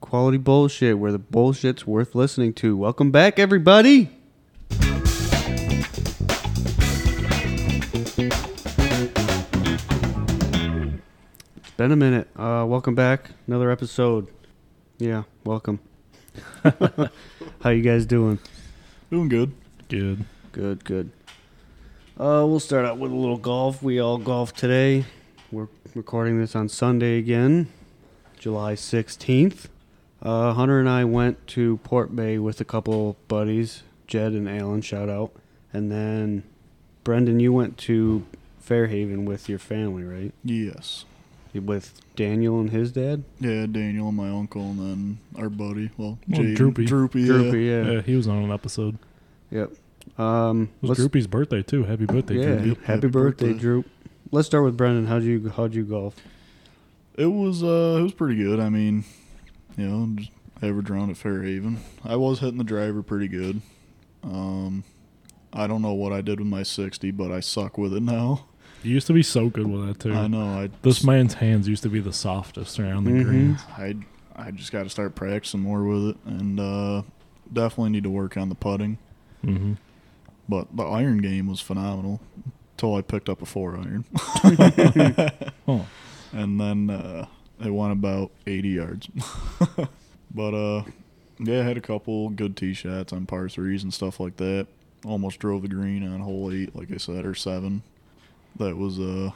quality bullshit where the bullshit's worth listening to. Welcome back, everybody. It's been a minute. Uh, welcome back. Another episode. Yeah, welcome. How you guys doing? Doing good. Good. Good, good. Uh, we'll start out with a little golf. We all golf today. We're recording this on Sunday again, July 16th. Uh, Hunter and I went to Port Bay with a couple buddies, Jed and Alan, shout out. And then, Brendan, you went to Fairhaven with your family, right? Yes. With Daniel and his dad? Yeah, Daniel and my uncle, and then our buddy. Well, Well, Jaden. Droopy. Droopy. Droopy, yeah. yeah. Yeah. he was on an episode. Yep. Um, It was let's- Droopy's birthday too. Happy birthday, yeah, Droopy. happy, Happy birthday, birthday. Droop. Let's start with Brendan. How'd you, how'd you golf? It was uh, it was pretty good. I mean, you know, just average round at Fairhaven. I was hitting the driver pretty good. Um, I don't know what I did with my sixty, but I suck with it now. You used to be so good with that too. I know. I This man's hands used to be the softest around the Mhm. greens. I I just got to start practicing more with it, and uh, definitely need to work on the putting. Mm-hmm. But the iron game was phenomenal until I picked up a four iron. Oh, and then uh, they won about 80 yards. but uh, yeah, I had a couple good tee shots on par threes and stuff like that. Almost drove the green on hole eight, like I said, or seven. That was uh,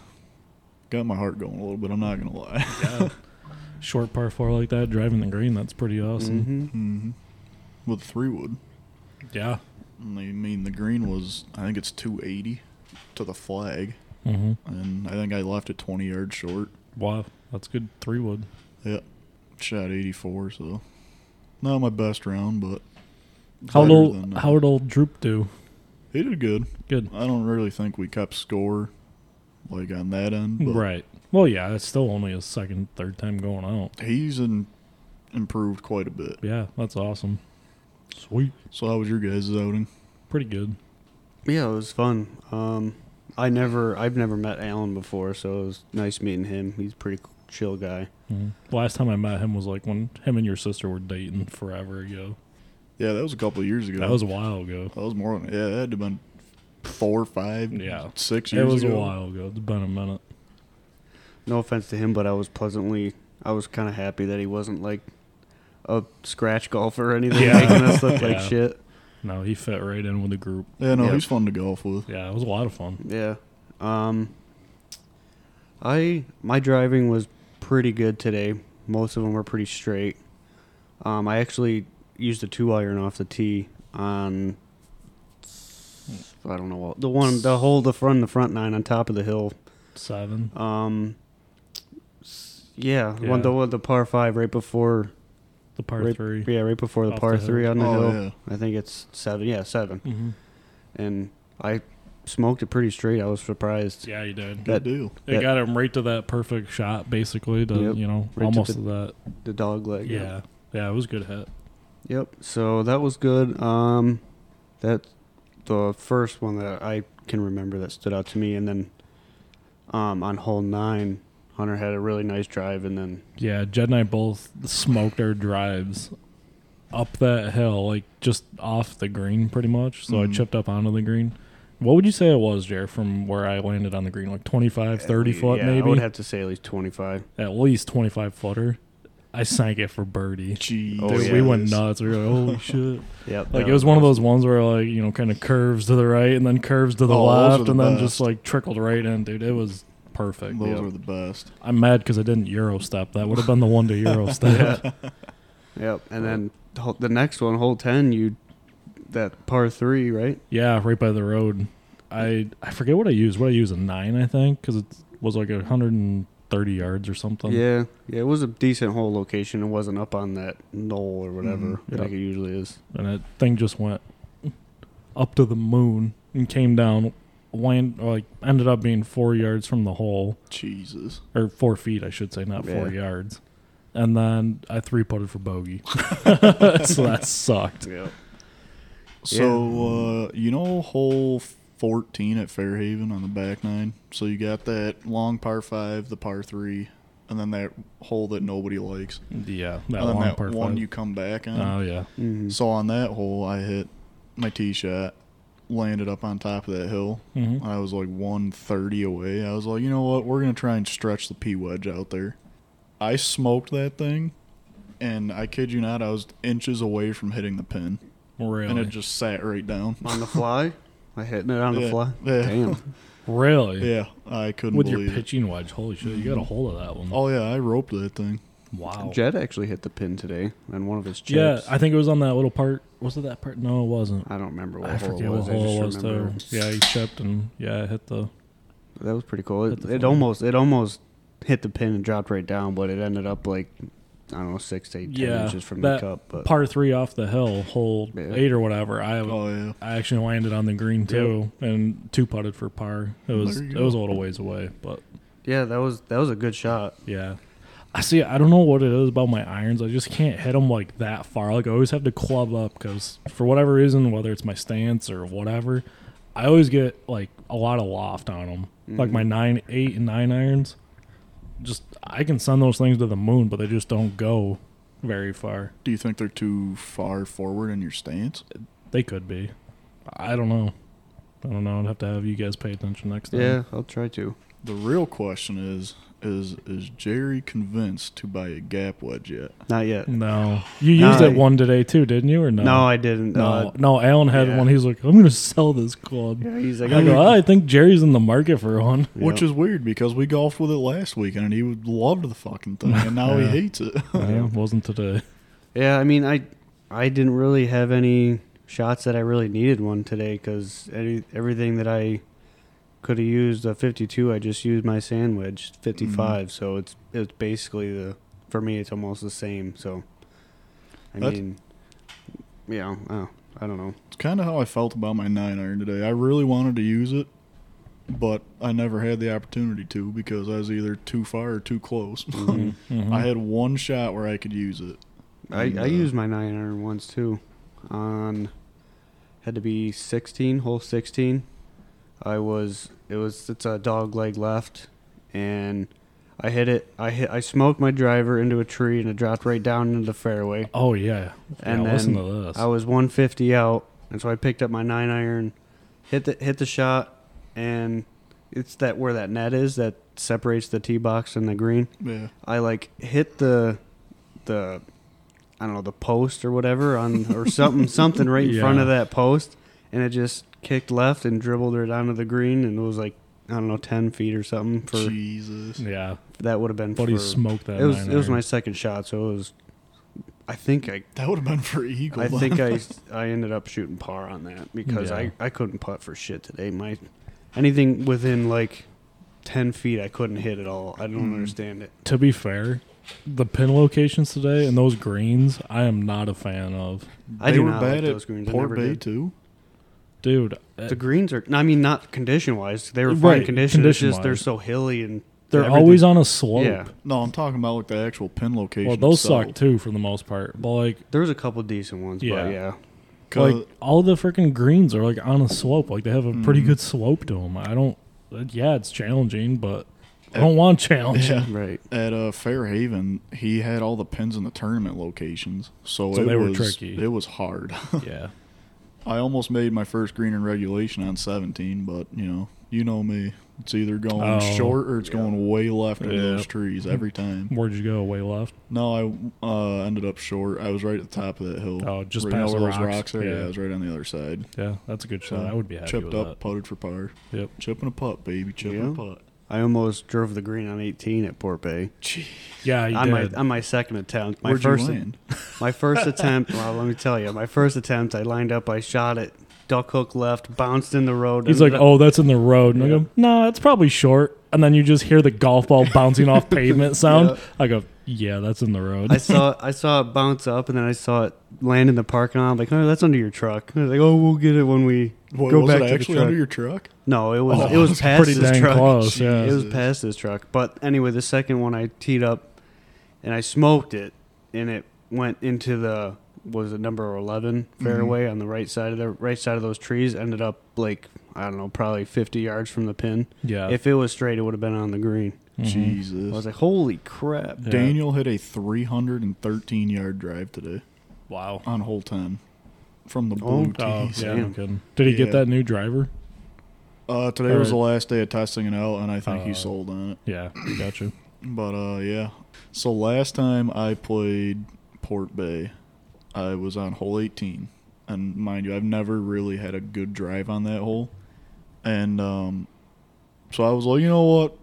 got my heart going a little bit. I'm not gonna lie. short par four like that, driving the green. That's pretty awesome. Mhm. hmm With three wood, Yeah. And I mean the green was I think it's 280 to the flag, Mm-hmm. and I think I left it 20 yards short. Wow, that's good three wood. Yep, shot 84, so not my best round, but How better old? than, uh, How would old Droop do? He did good. Good. I don't really think we kept score like on that end, but Right. Well, yeah, it's still only his second, third time going out. he's in, improved quite a bit. Yeah, that's awesome. Sweet. So how was your guys' outing? Pretty good. Yeah, it was fun. Um, I never, I've never met Alan before, so it was nice meeting him. He's a pretty chill guy. Mhm. Last time I met him was like when him and your sister were dating forever ago. Yeah, that was a couple of years ago. That was a while ago. that was more than yeah, that had to been four, five, Yeah. six It years was ago. a while ago. It's been a minute. No offense to him, but I was pleasantly, I was kind of happy that he wasn't like a scratch golfer or anything, Yeah. making us look like Yeah. shit. No, he fit right in with the group. Yeah, no, Yeah. he's fun to golf with. Yeah, it was a lot of fun. Yeah. Um, I my driving was pretty good today. Most of them were pretty straight. Um, I actually used a two iron off the tee on. I don't know what the one the hole the front the front nine on top of the hill. Seven. Um, s- yeah, the one the Yeah. one the par five right before The par right, three. Yeah, right before the Off par the hill. three on the Oh hill. yeah, I think it's seven. Yeah, seven. Mm-hmm. And I smoked it pretty straight. I was surprised. Yeah, you did. good deal. It that- got him right to that perfect shot, basically. To Yep. you know, Right to almost the- to that. The dog leg. Yeah, yeah, it was a good hit. Yep. So that was good. Um, that the first one that I can remember that stood out to me, and then um, on hole nine, Hunter had a really nice drive, and then Yeah, Jed and I both smoked our drives up that hill, like just off the green, pretty much. So I Mm-hmm. Mhm. chipped up onto the green. What would you say it was, Jer, from where I landed on the green? Like 25, 30 foot, yeah, I maybe? would have to say at least twenty five. At least 25 footer. I sank it for birdie. Jeez, Oh, Dude, yeah. we went nuts. We were like, holy shit. Yep. Like, that it was one of those ones where, like, you know, kind of curves to the right and then curves to the Oh, those are left the and then best. just, like, trickled right in, dude. It was perfect. Those Yeah. were the best. I'm mad because I didn't Euro step. That would have been the one to Euro step. Yep. And then the hole- the next one, hole ten, you that par three, right? Yeah, right by the road. I I forget what I used. What I used a nine, I think, because it was like a hundred and thirty yards or something. yeah. Yeah. It was a decent hole location. It wasn't up on that knoll or whatever Mhm. like it usually is. and that thing just went up to the moon and came down. Land like ended up being four yards from the hole, Jesus, or four feet, I should say, not four Yeah. yards. And then I three putted for bogey, so that sucked. Yep. So uh, you know hole fourteen at Fairhaven on the back nine. So you got that long par five, the par three, and then that hole that nobody likes. Yeah, that and then long that part one five. you come back on. oh yeah, Mm-hmm. So on that hole, I hit my tee shot, landed up on top of that hill. hmm I was like 130 away. I was like, you know what? We're going to try and stretch the P wedge out there. I smoked that thing, and I kid you not, I was inches away from hitting the pin. really, And it just sat right down. on the fly. I hitting it on the Yeah, fly. yeah. Damn. really, Yeah, I couldn't with your believe it. pitching wedge. Holy shit, you got a hold of that one. Oh, yeah, I roped that thing. wow. Jed actually hit the pin today on one of his Yeah, chips. I think it was on that little part. Was it that part? No, it wasn't. I, don't remember what I hole forget it what was. I hole it was just remember though. Yeah, he chipped and yeah, it hit the. that was pretty cool. Hit It, the it fly. almost it almost hit the pin and dropped right down, but it ended up like I don't know six to eight ten Yeah, inches from that the cup. But par three off the hill, hole Yeah. eight or whatever. I Oh, yeah. I actually landed on the green too and two putted for par. It was There you it go. was a little ways away, but yeah, that was that was a good shot. yeah. I see. I don't know what it is about my irons. I just can't hit them like that far. Like I always have to club up because for whatever reason, whether it's my stance or whatever, I always get like a lot of loft on them. Like Mm. my nine, eight, and nine irons. Just I can send those things to the moon, but they just don't go very far. Do you think they're too far forward in your stance? They could be. I don't know. I don't know. I'd have to have you guys pay attention next time. Yeah, I'll try to. The real question is is is Jerry convinced to buy a gap wedge yet? Not yet. No, you used No. it one today too, didn't you? Or no? No, I didn't. no, Uh, no. Alan had yeah. one. He's like, I'm gonna sell this club. yeah, he's I like, go. "Oh, I think Jerry's in the market for one. Which is weird because we golfed with it last weekend and he loved the fucking thing and now Yeah. he hates it. Yeah, wasn't today. Yeah, I mean, I I didn't really have any shots that I really needed one today because everything that I could have used a 52, I just used my sandwich 55. So it's it's basically the for me, it's almost the same. So I That's- mean, yeah, oh, I don't know. It's kind of how I felt about my nine iron today. I really wanted to use it, but I never had the opportunity to because I was either too far or too close. Mhm. I had one shot where I could use it. I And, uh, I used my nine iron once too, on had to be 16 hole 16. I was it was it's a dog leg left, and I hit it. I hit I smoked my driver into a tree and it dropped right down into the fairway. oh yeah, And yeah, listen then to this. I was 150 out, and so I picked up my nine iron, hit the hit the shot, and it's that where that net is that separates the tee box and the green. Yeah. I like hit the the I don't know the post or whatever on or something something right in front of Yeah. that post, and it just kicked left and dribbled her down to the green, and it was like I don't know ten feet or something for Jesus. yeah, that would have been. buddy for, smoked that. it was nine it was iron. my second shot, so it was. I think I That would have been for Eagle. I think I I ended up shooting par on that because Yeah. I I couldn't putt for shit today. My anything within like ten feet, I couldn't hit at all. I don't Mm. understand it. To be fair, the pin locations today and those greens, I am not a fan of, I they do were not like bad those at greens. I Port never Bay did. too. dude. uh, The greens are, I mean, not condition wise. They were fine Right, condition. It's just condition-wise. they're so hilly and They're everything. always on a slope. Yeah, No, I'm talking about like the actual pin location. Well, those itself. suck too for the most part. But like, there was a couple decent ones, Yeah. but yeah, Cause- like all the freaking greens are like on a slope. Like they have a pretty Mhm. good slope to them. I don't. uh, Yeah, it's challenging, but I don't want challenge. yeah. right. At uh, Fairhaven, he had all the pins in the tournament locations, so, So it they were was, tricky. It was hard. yeah. I almost made my first green in regulation on 17, but you know, you know me. It's either going Oh. short or it's going way left into Yeah. those trees every time. Where'd you go? Way left. No, I uh, ended up short. I was right at the top of that hill. Oh, just right past over the those rocks. there. Yeah. Yeah. I was right on the other side. Yeah, that's a good shot. I would be happy chipped with up, putted for par. that. Yep. Chip and a putt, baby. Chip and a Yeah. putt. I almost drove the green on 18 at Port Bay Gee, Yeah, you on my did. on my second attempt. My where'd first you land? my first attempt. Well, let me tell you, my first attempt. I lined up. I shot it. Duck hook left, bounced in the road. He's like, ended up- "Oh, that's in the road," and I Yeah. go, "Nah, it's probably short." And then you just hear the golf ball bouncing off pavement sound. Yeah. I go, "Yeah, that's in the road." I saw I saw it bounce up, and then I saw it land in the parking lot. I'm like, oh, that's under your truck. And I was like, oh, we'll get it when we What, go was back it to actually the truck. under your truck? no, it was Oh, it was that's past pretty his dang truck. close. Yeah, It was Jesus. past this truck. But anyway, the second one I teed up, and I smoked it, and it went into the was it number eleven fairway on the right side of the right side of those trees. Ended up like I don't know, probably fifty yards from the pin. yeah, If it was straight, it would have been on the green. Jesus. I Mm-hmm. was like, holy crap. Yeah. Daniel hit a 313 yard drive today Wow. on hole 10 from the Oh, blue Oh, tees. yeah, Damn. no kidding. Did he Yeah. get that new driver? Uh, today was the last day of testing it out, and I think he Uh, sold on it. Yeah, gotcha. But uh, yeah. So last time I played Port Bay, I was on hole 18, and mind you, I've never really had a good drive on that hole, and um, so I was like, you know what,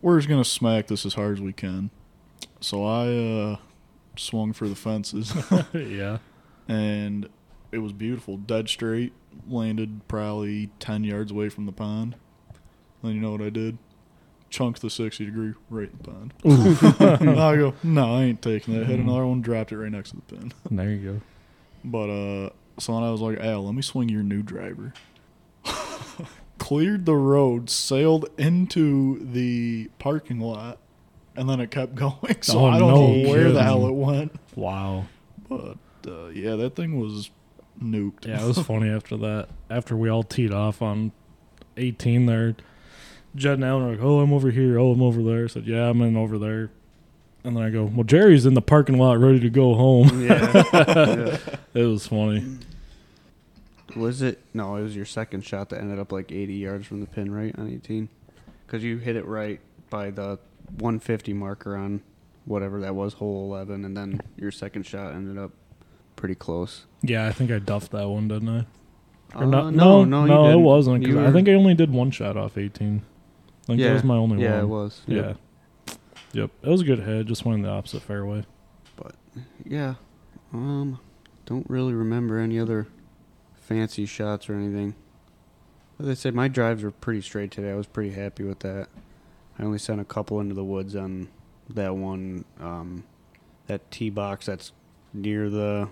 we're just gonna smack this as hard as we can. So I uh, swung for the fences. yeah. and it was beautiful. Dead straight, landed probably 10 yards away from the pond. Then you know what I did? Chunked the 60 degree right in the pond. I go, no, I ain't taking that. Mm-hmm. Hit another one, dropped it right next to the pin. There you go. But uh, so then I was like, Al, let me swing your new driver. Cleared the road, sailed into the parking lot, and then it kept going. So Oh, I don't no know where the kidding. hell it went. Wow. But uh, yeah, that thing was nuked. Yeah, it was funny after that. After we all teed off on 18 there, Jed and Alan were like, oh, I'm over here. Oh, I'm over there. I said, yeah, I'm in over there. And then I go, well, Jerry's in the parking lot ready to go home. Yeah. yeah. It was funny. Was it? No, it was your second shot that ended up like 80 yards from the pin, right? On 18? Because you hit it right by the 150 marker on whatever that was, hole 11, and then your second shot ended up pretty close. Yeah, I think I duffed that one, didn't I? Or Uh, not- no, no, no, you didn't. it wasn't. 'cause You I were- think I only did one shot off 18. I think that was my only yeah, it one. was. Yeah. Yep. Yep. It was a good hit. Just went in the opposite fairway. Yeah. Um, don't really remember any other fancy shots or anything. As I said, my drives were pretty straight today. I was pretty happy with that. I only sent a couple into the woods on that one, um, that tee box that's near the,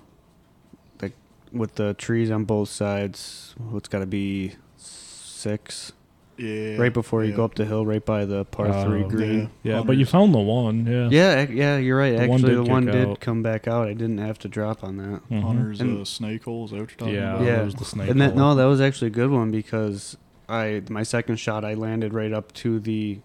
the with the trees on both sides. What's got to be six Yeah. right before you yeah. go up the hill, right by the par three Oh, green. Yeah, but you found the one. Yeah. Yeah, ac- yeah, you're right. The one Actually, did the one kick did out. come back out. I didn't have to drop on that. Mhm. Hunter's And- uh, snake hole, is that what you're talking Yeah. about? Yeah. It was the snake. And that, hole. no, that was actually a good one because I my second shot I landed right up to the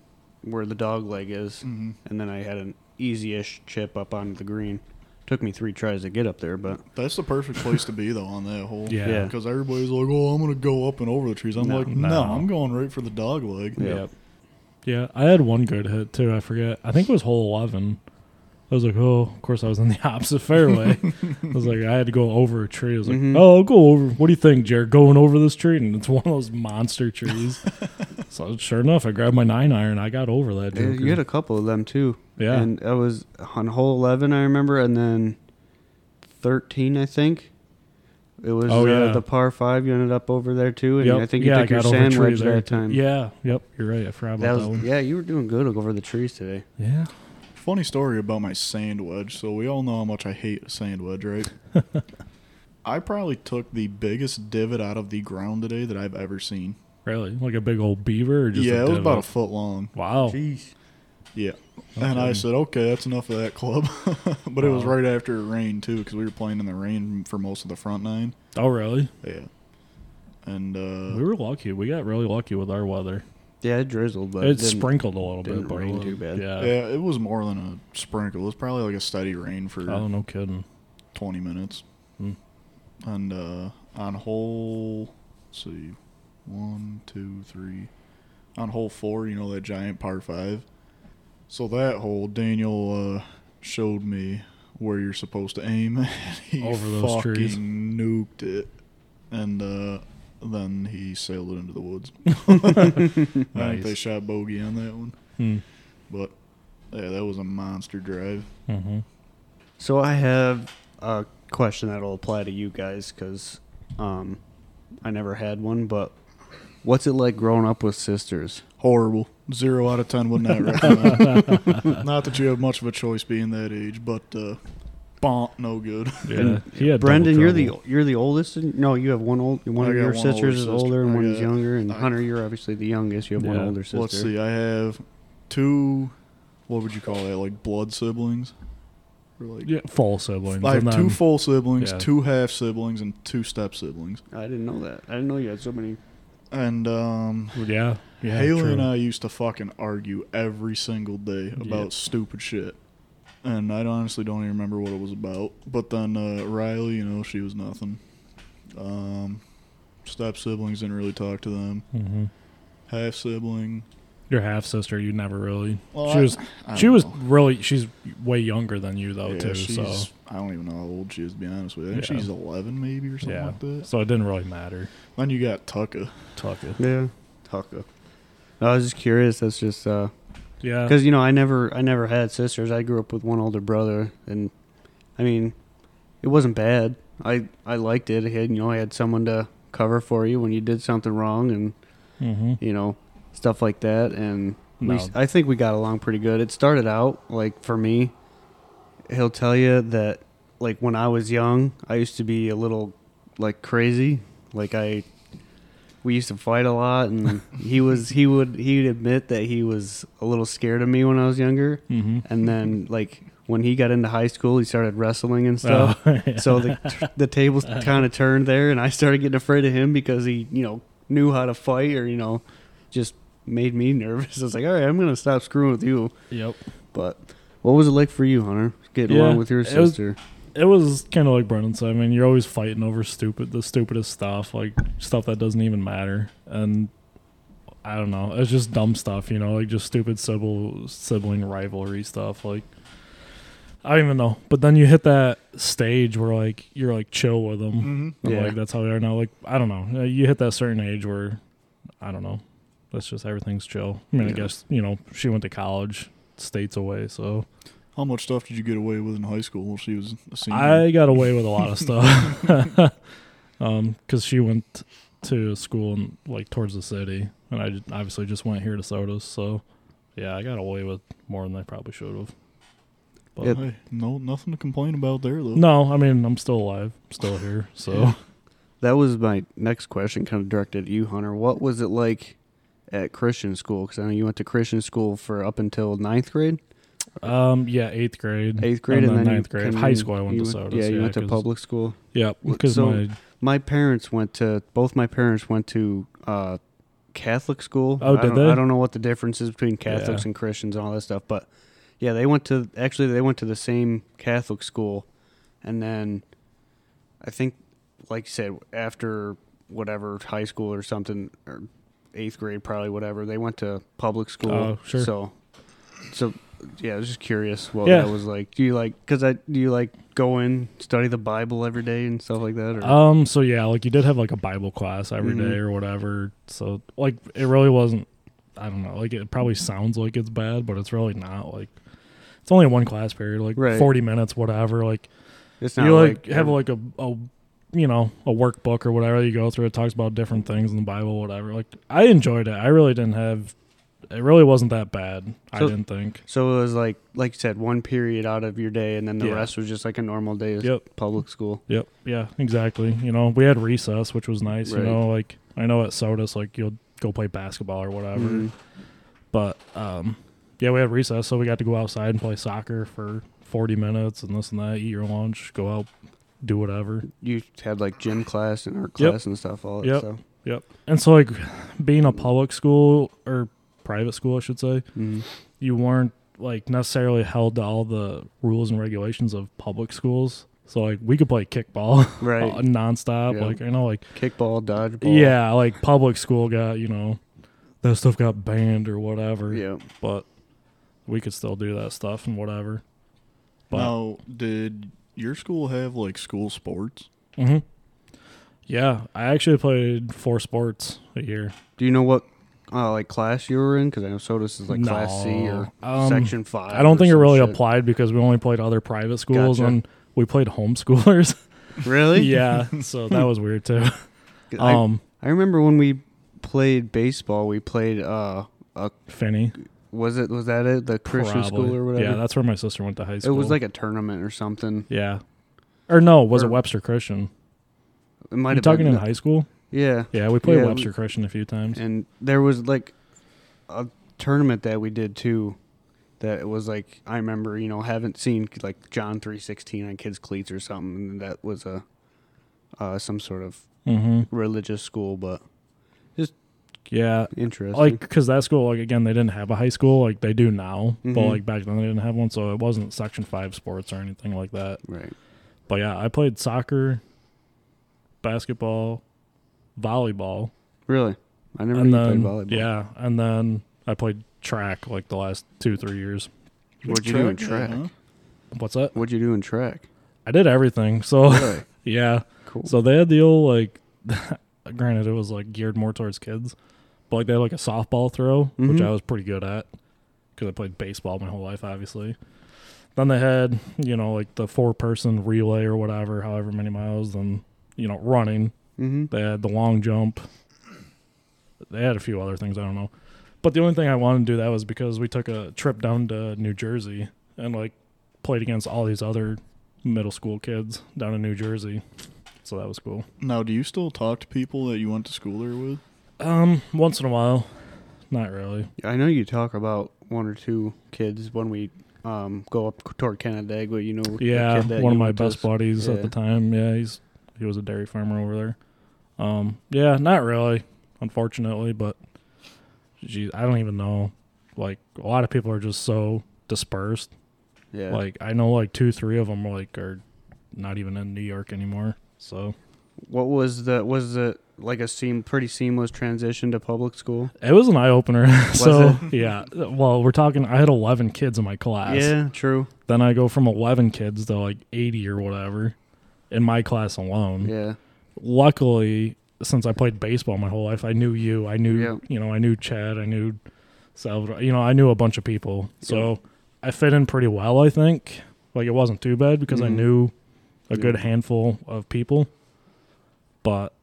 where the dog leg is, hmm and then I had an easy-ish chip up onto the green. Took me three tries to get up there, but That's the perfect place to be, though, on that hole. Yeah. Yeah. Because everybody's like, oh, I'm going to go up and over the trees. I'm No. like, no, No. I'm going right for the dog leg. Yeah. Yep. Yeah, I had one good hit too. I forget. I think it was hole eleven. I was like, oh, of course I was in the opposite fairway. I was like, I had to go over a tree. I was like, Mhm. oh, I'll go over. What do you think, Jared? Going over this tree, and it's one of those monster trees. so sure enough, I grabbed my nine iron. I got over that. Uh, Joker. you had a couple of them too. yeah, and I was on hole eleven, I remember, and then thirteen, I think. It was Oh, uh, yeah. the par five. You ended up over there too, and Yep. I think you Yeah, took your got over a tree sandwich there, that too. time. Yeah, yep, you're right. I forgot that about that, was one. yeah. You were doing good over the trees today. Yeah, Funny story about my sand wedge. So we all know how much I hate a sand wedge, right? I probably took the biggest divot out of the ground today that I've ever seen. really, like a big old beaver. Or just yeah, it a was divot? about a foot long. wow. Jeez. Yeah. And I Okay. said, okay, that's enough of that club. but it was Wow. right after it rained, too, because we were playing in the rain for most of the front nine. Oh, really? Yeah. And uh, We were lucky. We got really lucky with our weather. Yeah, it drizzled, but it didn't- sprinkled a little bit, didn't but it rain wasn't- too bad. Yeah. yeah, it was more than a sprinkle. It was probably like a steady rain for Oh, no kidding. 20 minutes. Hmm. And uh, on hole, let's see, one, two, three. On hole four, you know, that giant par five. So that hole, Daniel uh, showed me where you're supposed to aim. And he Over those fucking trees. nuked it. And uh, then he sailed it into the woods. I think they Nice. shot bogey on that one. Hmm. But yeah, that was a monster drive. hmm So I have a question that'll apply to you guys because um, I never had one. But what's it like growing up with sisters? Horrible. Zero out of ten would not recommend. not that you have much of a choice being that age, but uh, bonk, no good. Yeah. He had double Brendan, you're the trouble. you're the oldest. In, no, you have one old. One I of got your one older sisters is sister. older, and I one is got- younger. And I- Hunter, you're obviously the youngest. You have one Yeah. older sister. Let's see. I have two. What would you call that? Like blood siblings. Or like, yeah, full siblings. I have and two then- full siblings, yeah. two half siblings, and two step siblings. I didn't know that. I didn't know you had so many And um, Yeah. Yeah. Haley true. and I used to fucking argue every single day about Yep. stupid shit. And I honestly don't even remember what it was about. But then uh, Riley, you know, she was nothing. Um, step siblings didn't really talk to them. Mhm. Half sibling. Your half sister, you never really. Well, she I- was. I She don't was know. really. She's way younger than you though Yeah, too. she's, So I don't even know how old she is. To be honest with you, I think Yeah. she's eleven maybe or something yeah. like that. So it didn't really matter. Then you got Tucka. Tucka. Yeah. Tucka. I was just curious. That's just uh, Yeah. because you know I never I never had sisters. I grew up with one older brother, and I mean, it wasn't bad. I I liked it. I had you know I had someone to cover for you when you did something wrong, and hmm you know stuff like that. And we, No. I think we got along pretty good. It started out like for me, he'll tell you that like when I was young, I used to be a little like crazy. Like I we used to fight a lot and he was he would he'd admit that he was a little scared of me when I was younger. hmm And then like when he got into high school, he started wrestling and stuff. So the the tables kind of turned there and I started getting afraid of him because he, you know, knew how to fight or you know, just made me nervous. I was like, "All right, I'm going to stop screwing with you." yep. But what was it like for you, Hunter? Getting Yeah, along with your it was- sister? It was kind of like Brendan said. I mean, you're always fighting over stupid, the stupidest stuff, like stuff that doesn't even matter. And I don't know. It's just dumb stuff, you know, like just stupid sibling sibling rivalry stuff. Like I don't even know. But then you hit that stage where like you're like chill with them. Mm-hmm. And, Yeah. Like that's how we are now. Like I don't know. Uh, You hit that certain age where I don't know. That's just everything's chill. I mean, I Yeah. guess you know she went to college, states away, so How much stuff did you get away with in high school? Well, she was a senior. I got away with a lot of stuff. um, because she went to school in like towards the city, and I j- obviously just went here to Sodas. So yeah, I got away with more than I probably should have. But Yeah. Hey, no, nothing to complain about there though. no, I mean I'm still alive, still here. So That was my next question, kind of directed at you, Hunter. What was it like at Christian school? Because I know you went to Christian school for up until ninth grade, um, yeah, eighth grade, eighth grade, and, then then, you ninth grade. came High in- school, I went you to Sodas, Yeah, you yeah, went to 'cause- public school. yeah, What- because so- my My parents went to both. My parents went to uh, Catholic school. Oh, I did don't, they? I don't know what the difference is between Catholics Yeah. and Christians and all that stuff, but yeah, they went to actually they went to the same Catholic school, and then I think, like you said, after whatever high school or something or eighth grade, probably whatever, they went to public school. Oh, sure. So, so yeah, I was just curious what Yeah. that was like. Do you like because I do you like go in study the Bible every day and stuff like that? Or? Um. So yeah, like you did have like a Bible class every day Mhm. or whatever. So like it really wasn't. I don't know. Like it probably sounds like it's bad, but it's really not. Like it's only one class period, like Right. forty minutes, whatever. Like it's you like, have like a, a you know a workbook or whatever you go through. It talks about different things in the Bible, whatever. Like I enjoyed it. I really didn't have. It really wasn't that bad. I So- didn't think. So it was like, like you said, one period out of your day, and then the Yeah. rest was just like a normal day of Yep. public school. Yep. Yeah. Exactly. You know, we had recess, which was nice. Right. You know, like I know at Sodas, like you'll go play basketball or whatever. Mhm. But um, yeah, we had recess, so we got to go outside and play soccer for 40 minutes and this and that. Eat your lunch, go out, do whatever. You had like gym class and art class and stuff, all that Yep. stuff. And so, like, being a public school or private school, I should say, Mhm. you weren't like necessarily held to all the rules and regulations of public schools. So like, we could play kickball Right. nonstop. Yeah. Like, I know, like. Kickball, dodgeball. Uh, Yeah, like public school got, you know, that stuff got banned or whatever. Yeah. But we could still do that stuff and whatever. But Now, did your school have like school sports? Mhm. yeah, I actually played four sports a year. Do you know what uh, like class you were in? Because I know Sodas is like class C No. or Um, section five. I don't or think it some really shit. applied because we only played other private schools Gotcha. and we played homeschoolers. Really? yeah, so that was weird too. I, Um, I remember when we played baseball, we played. uh a, Finney, Was it was that it the Christian school probably. or whatever? Yeah, that's where my sister went to high it school. was like a tournament or something. yeah, or no, was Or- it Webster Christian? It might You have talking been in high school? Yeah, Yeah, we played Yeah, we- Webster Christian a few times. and there was like a tournament that we did too that it was like i remember you know haven't seen like john 316 on kids cleats or something and that was a uh, some sort of mm-hmm. religious school but just Yeah, Interesting. like because that school, like again, they didn't have a high school like they do now, but Mhm. like back then they didn't have one, so it wasn't Section Five sports or anything like that. right. But yeah, I played soccer, basketball, volleyball, Really? I never and even played then volleyball. yeah, and then I played track like the last two three years. What'd you do in Track, track? yeah, huh? What's that? What'd you do in track? I did everything. So Really? yeah, Cool. so they had the old like, granted it was like geared more towards kids, but like they had like a softball throw, which Mhm. I was pretty good at because I played baseball my whole life, obviously. Then they had you know like the four person relay or whatever, however many miles. Then you know running. mm-hmm. They had the long jump. They had a few other things I don't know, but the only thing I wanted to do that was because we took a trip down to New Jersey and like played against all these other middle school kids down in New Jersey, so that was cool. Now, do you still talk to people that you went to school there with? Um, once in a while, not really. I know you talk about one or two kids when we um, go up toward Canandaigua. You know, the Yeah, kid that one of you my went to best s- buddies at yeah. the time. Yeah, he's he was a dairy farmer over there. Um, yeah, not really, unfortunately, but geez, I don't even know. Like a lot of people are just so dispersed. Yeah, Like I know like two, three of them like are not even in New York anymore. So what was the was it like a seem pretty seamless transition to public school? it was an eye opener. so yeah, well we're talking. I had eleven kids in my class. Yeah, true. Then I go from eleven kids to like eighty or whatever in my class alone. Yeah, Luckily, since I played baseball my whole life, I knew you. I knew Yeah. you know I knew Chad. I knew Salvador. You know I knew a bunch of people. So I fit in pretty well. I think like it wasn't too bad because I Mhm. knew a Yeah. good handful of people. But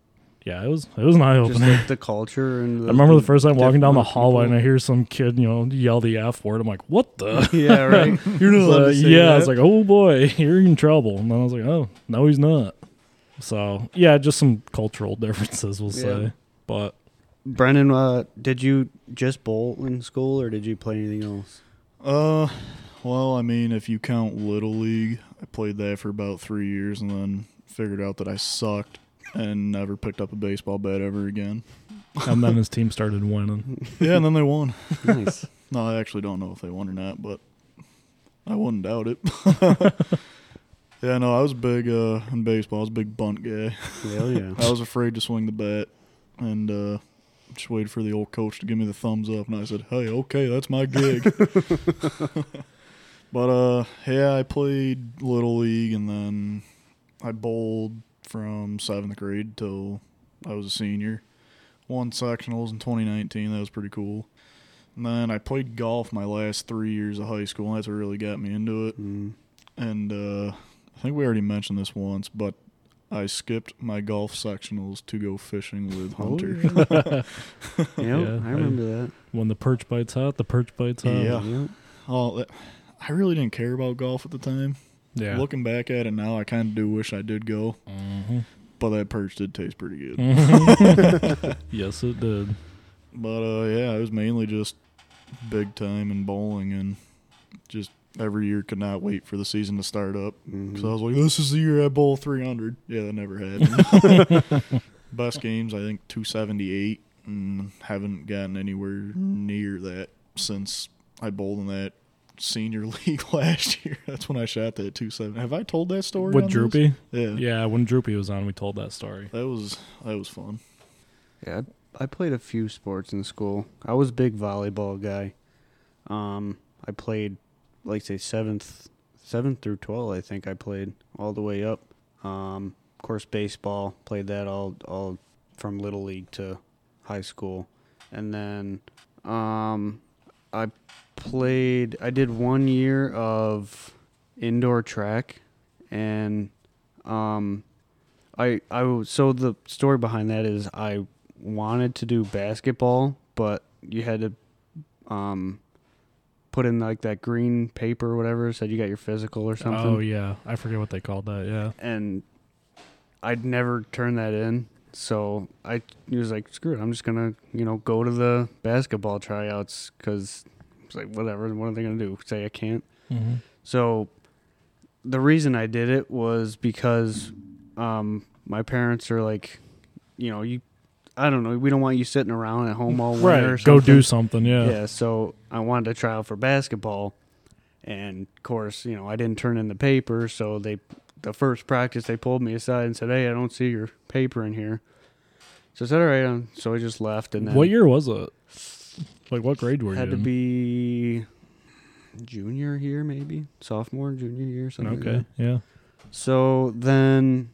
yeah, it was it was an eye just opener. like the culture and. The, I remember the first time walking down the different hallway and I people. hear some kid, you know, yell the F word. I'm like, what the? yeah, right. You're not allowed Uh, to say yeah, that. I was like, oh boy, you're in trouble. And then I was like, oh, no, he's not. So, yeah, just some cultural differences, we'll Yeah. say. But Brennan, uh, did you just bowl in school, or did you play anything else? Uh, well, I mean, if you count Little League, I played that for about three years and then figured out that I sucked and never picked up a baseball bat ever again. and then his team started winning. Yeah, and then they won. Nice. No, I actually don't know if they won or not, but I wouldn't doubt it. yeah, no, I was big uh, in baseball. I was a big bunt guy. Hell yeah. I was afraid to swing the bat and uh, just waited for the old coach to give me the thumbs up. And I said, hey, okay, that's my gig. but uh, yeah, I played Little League and then I bowled from seventh grade till I was a senior. Won sectionals in 2019. That was pretty cool. And then I played golf my last three years of high school, and that's what really got me into it Mm. and uh, I think we already mentioned this once, but I skipped my golf sectionals to go fishing with Oh, Hunter. yeah. Yeah, yeah, I I- remember that. When the perch bites hot, the perch bites hot. Yeah. Yep. Oh, that, I really didn't care about golf at the time. Yeah. Looking back at it now, I kind of do wish I did go, Mm-hmm. but that perch did taste pretty good. Mhm. yes, it did. But uh, yeah, it was mainly just big time and bowling, and just every year could not wait for the season to start up. Mhm. So I was Mm. like, this is the year I bowl 300. Yeah, that never happened. Best games, I think 278, and haven't gotten anywhere Mm. near that since I bowled in that senior league last year. That's when I shot that 270. Have I told that story? With on this? Droopy? Yeah. Yeah, when Droopy was on, we told that story. That was that was fun. Yeah, I I played a few sports in school. I was a big volleyball guy. Um, I played, like say seventh, seventh through twelve. I think I played all the way up. Um, of course, baseball played that all all from little league to high school, and then um, I played. I did one year of indoor track, and um, I I w- so the story behind that is I wanted to do basketball, but you had to um put in like that green paper or whatever said you got your physical or something. Oh, yeah. I forget what they called that. Yeah. And I'd never turn that in. So I was like, screw it, I'm just gonna you know go to the basketball tryouts because it's like whatever. What are they gonna do? Say I can't. Mm-hmm. So the reason I did it was because um, my parents are like, you know, you I don't know. We don't want you sitting around at home all winter. Or Right. Go something. do something. Yeah. Yeah. So I wanted to try out for basketball, and of course, you know, I didn't turn in the paper. So they, the first practice, they pulled me aside and said, "Hey, I don't see your paper in here." So I said, "All right." um, So I just left, and then What year was it? Like what grade were you? had to in? be junior year, maybe sophomore, junior year, something. like Okay. that. Yeah. So then,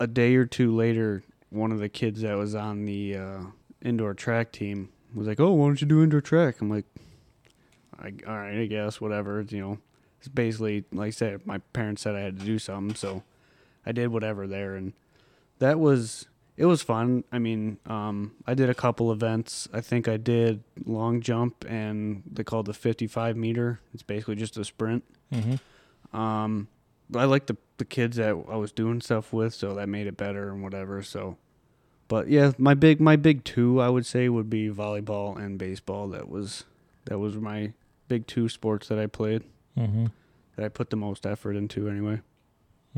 a day or two later, one of the kids that was on the uh, indoor track team was like, "Oh, why don't you do indoor track?" I'm like, I, "All right, I guess, whatever." You know, it's basically like I said, my parents said I had to do something, so I did whatever there, and that was it was fun. I mean, um, I did a couple events. I think I did long jump and they called the 55 meter. It's basically just a sprint. Mm-hmm. Um, but I like the the kids that I was doing stuff with, so that made it better and whatever. So, but yeah, my big my big two I would say would be volleyball and baseball. That was that was my big two sports that I played Mm-hmm. that I put the most effort into anyway.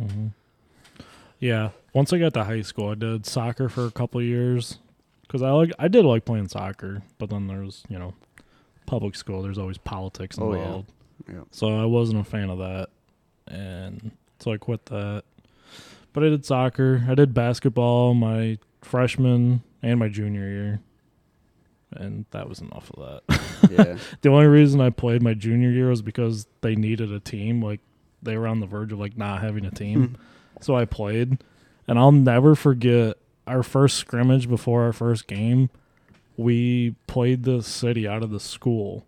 Mm-hmm. Yeah. Once I got to high school, I did soccer for a couple years because I like I did like playing soccer, but then there's you know public school. There's always politics Oh, yeah. involved, Yeah. so I wasn't a fan of that, and so I quit that. But I did soccer. I did basketball my freshman and my junior year. And that was enough of that. Yeah. The only reason I played my junior year was because they needed a team. Like they were on the verge of like not having a Hmm. team, so I played. And I'll never forget our first scrimmage before our first game. We played the city out of the school.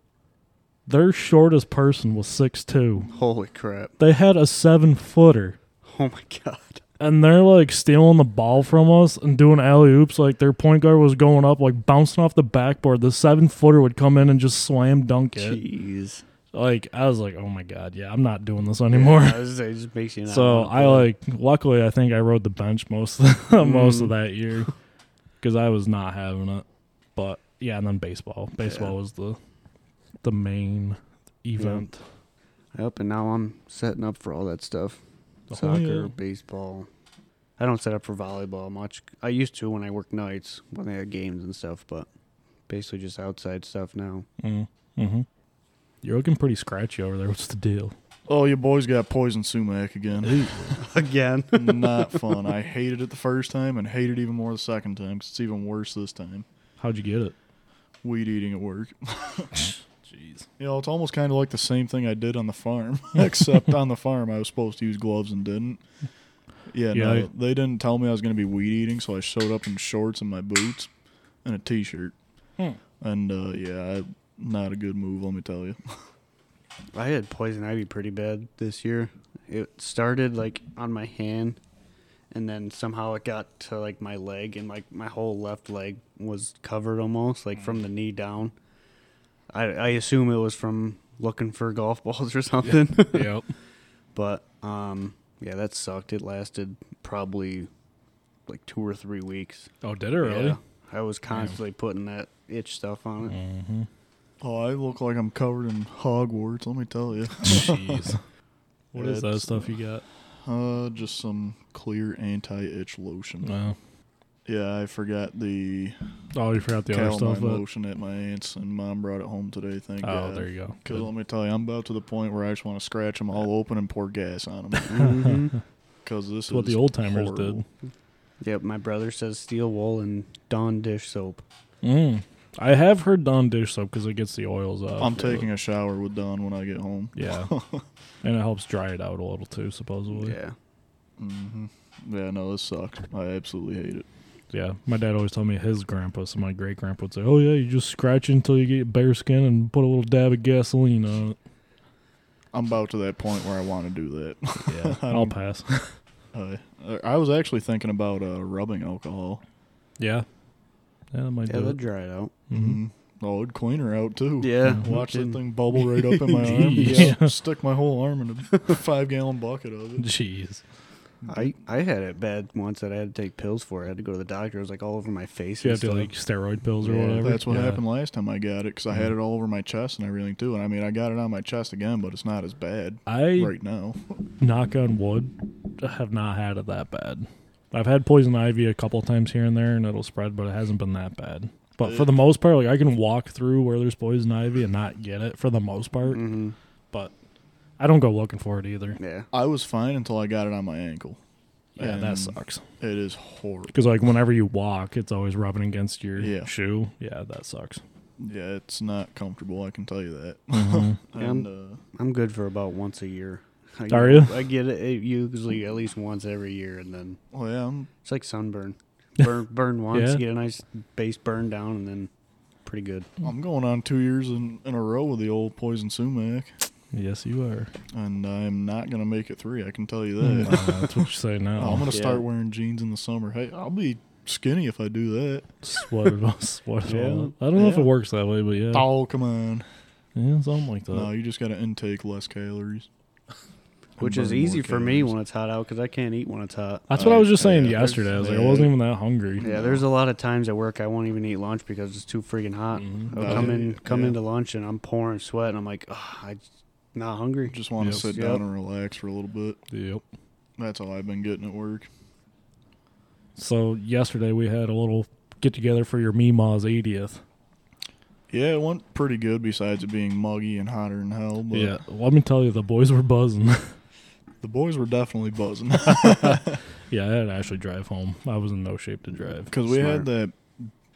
Their shortest person was six two. Holy crap! They had a seven footer, Oh my god! and they're like stealing the ball from us and doing alley oops. Like their point guard was going up, like bouncing off the backboard. The seven footer would come in and just slam dunk it Jeez. like I was like, oh my god, yeah, I'm not doing this anymore. I was gonna say, it just makes you. Not so wanna I play. like, luckily, I think I rode the bench most most of that year because I was not having it. But yeah, and then baseball. Baseball was the the main event. Yep, and now I'm setting up for all that stuff. Oh, Soccer, yeah. baseball. I don't set up for volleyball much. I used to when I worked nights when they had games and stuff, but basically just outside stuff now. Mm, hmm You're looking pretty scratchy over there. What's the deal? Oh, your boys got poison sumac again. Again. Not fun. I hated it the first time and hated it even more the second time 'cause it's even worse this time. How'd you get it? Weed eating at work. Jeez. You know, it's almost kind of like the same thing I did on the farm, except on the farm I was supposed to use gloves and didn't. Yeah, Yeah, no, I- they didn't tell me I was going to be weed eating, so I showed up in shorts and my boots and a t-shirt. Hmm. And uh, yeah, I, not a good move, let me tell you. I had poison ivy pretty bad this year. It started like on my hand and then somehow it got to like my leg and like my whole left leg was covered almost like from the knee down. I I assume it was from looking for golf balls or something. yep. But um, yeah, that sucked. It lasted probably like two or three weeks. Oh, did it really? Yeah, I was constantly putting that itch stuff on it. Mm-hmm. Oh, I look like I'm covered in Hogwarts, let me tell you. Jeez. What is that That's- stuff you got? Uh, just some clear anti-itch lotion. No. Yeah, I forgot the Oh, you forgot the other calamine stuff. but- lotion at my aunt's, and mom brought it home today. Thank Oh, God. there you go. Because Good. let me tell you, I'm about to the point where I just want to scratch them all open and pour gas on them. Mhm. Because this is what the old timers horrible. Yep, my brother says steel wool and Dawn dish soap. did. Mm. I have heard Dawn dish soap because it gets the oils out. I'm taking a shower with Don when I get home. Oh, Yeah. and it helps dry it out a little too, supposedly. Yeah. Yeah, hmm Yeah, no, this sucks. I absolutely hate it. My dad always told me his grandpa, so my great grandpa would say, "Oh yeah, you just scratch it until you get bare skin and put a little dab of gasoline on it." I'm about to that point where I want to do that. Yeah. I'll don't- pass. I, I was actually thinking about uh, rubbing alcohol. yeah. Yeah, that might yeah, do. that It. dried out. Mhm. Mhm. Oh, it'd clean her out too. Yeah, Mm-hmm. Watch that thing bubble right up in my arm. Yeah. Yeah. Stick my whole arm in a five gallon bucket of it. Jeez. I I had it bad once that I had to take pills for. I had to go to the doctor. It was like all over my face. You and have to stuff. like steroid pills or Yeah, whatever. That's what Yeah. happened last time I got it because I had it all over my chest and everything too. And I mean, I got it on my chest again, but it's not as bad I right now. knock on wood, have not had it that bad. I've had poison ivy a couple times here and there, and it'll spread, but it hasn't been that bad. But Mm. for the most part, like I can walk through where there's poison ivy and not get it for the most Mm. part. Mm-hmm. But I don't go looking for it either. Yeah. I was fine until I got it on my ankle. Yeah, And that sucks. It is horrible. Because like whenever you walk, it's always rubbing against your Yeah. shoe. Yeah, that sucks. Yeah, it's not comfortable. I can tell you that. Mm-hmm. and uh, I'm good for about once a year. I Are you? I get it, it usually at least once every year, and then well, yeah, I'm it's like sunburn. Burn, burn once, Yeah. get a nice base burn down, and then pretty good. I'm going on two years in, in a row with the old poison sumac, Yes, you are. and I'm not gonna make it three. I can tell you Uh, that. that's what you say now. I'm gonna Yeah. start wearing jeans in the summer. Hey, I'll be skinny if I do that. sweat it all. Sweat it Yeah. all. out. I don't know if it Yeah. works that way, but yeah, Oh, come on. yeah something like that. no, you just gotta intake less calories. Which And is burn easy more for me calories. when it's hot out because I can't eat when it's hot. That's what I was just saying Yeah, there's- yesterday. I was like, I yeah. wasn't even that hungry. Yeah, there's a lot of times at work I won't even eat lunch because it's too freaking hot. Mhm. I'll Yeah. come in, come Mm. Yeah. into lunch, and I'm pouring sweat, and I'm like, "Ugh, I'm not hungry. Just want Yep. to sit Yep. down and relax for a little bit. Yep. That's all I've been getting at work. So yesterday we had a little get together for your Meemaw's 80th. Yeah, it went pretty good. Besides it being muggy and hotter than hell, but yeah. Let me tell you, the boys were buzzing. the boys were definitely buzzing yeah, I had to actually drive home. I was in no shape to drive. because we Smart. had that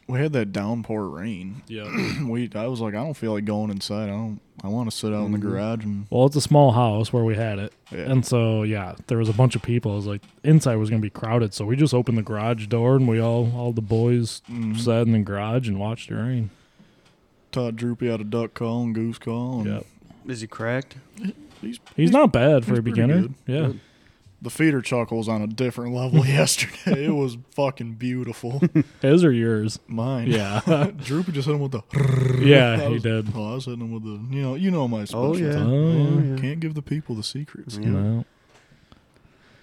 we had that downpour rain. Yeah. We I was like, I don't feel like going inside. I don't. I want to sit out in the Mhm. garage and Well, it's a small house where we had it. yeah. And so, yeah, there was a bunch of people. I was like, inside was going to be crowded. So we just opened the garage door and we all, all the boys Mhm. sat in the garage and watched it rain. Todd Droopy out of duck call and goose call. And Yep. Is he cracked? he's, He's not bad for he's a pretty beginner. good. Yeah. Good. The feeder chuckles on a different level yesterday. It was fucking beautiful. His or yours? Mine. Yeah. Droopy just hit him with the. yeah, I he was- did. Oh, I was hitting him with the. You know, you know my Oh special. yeah. Oh, Oh, yeah. Can't give the people the secrets. Yeah. No.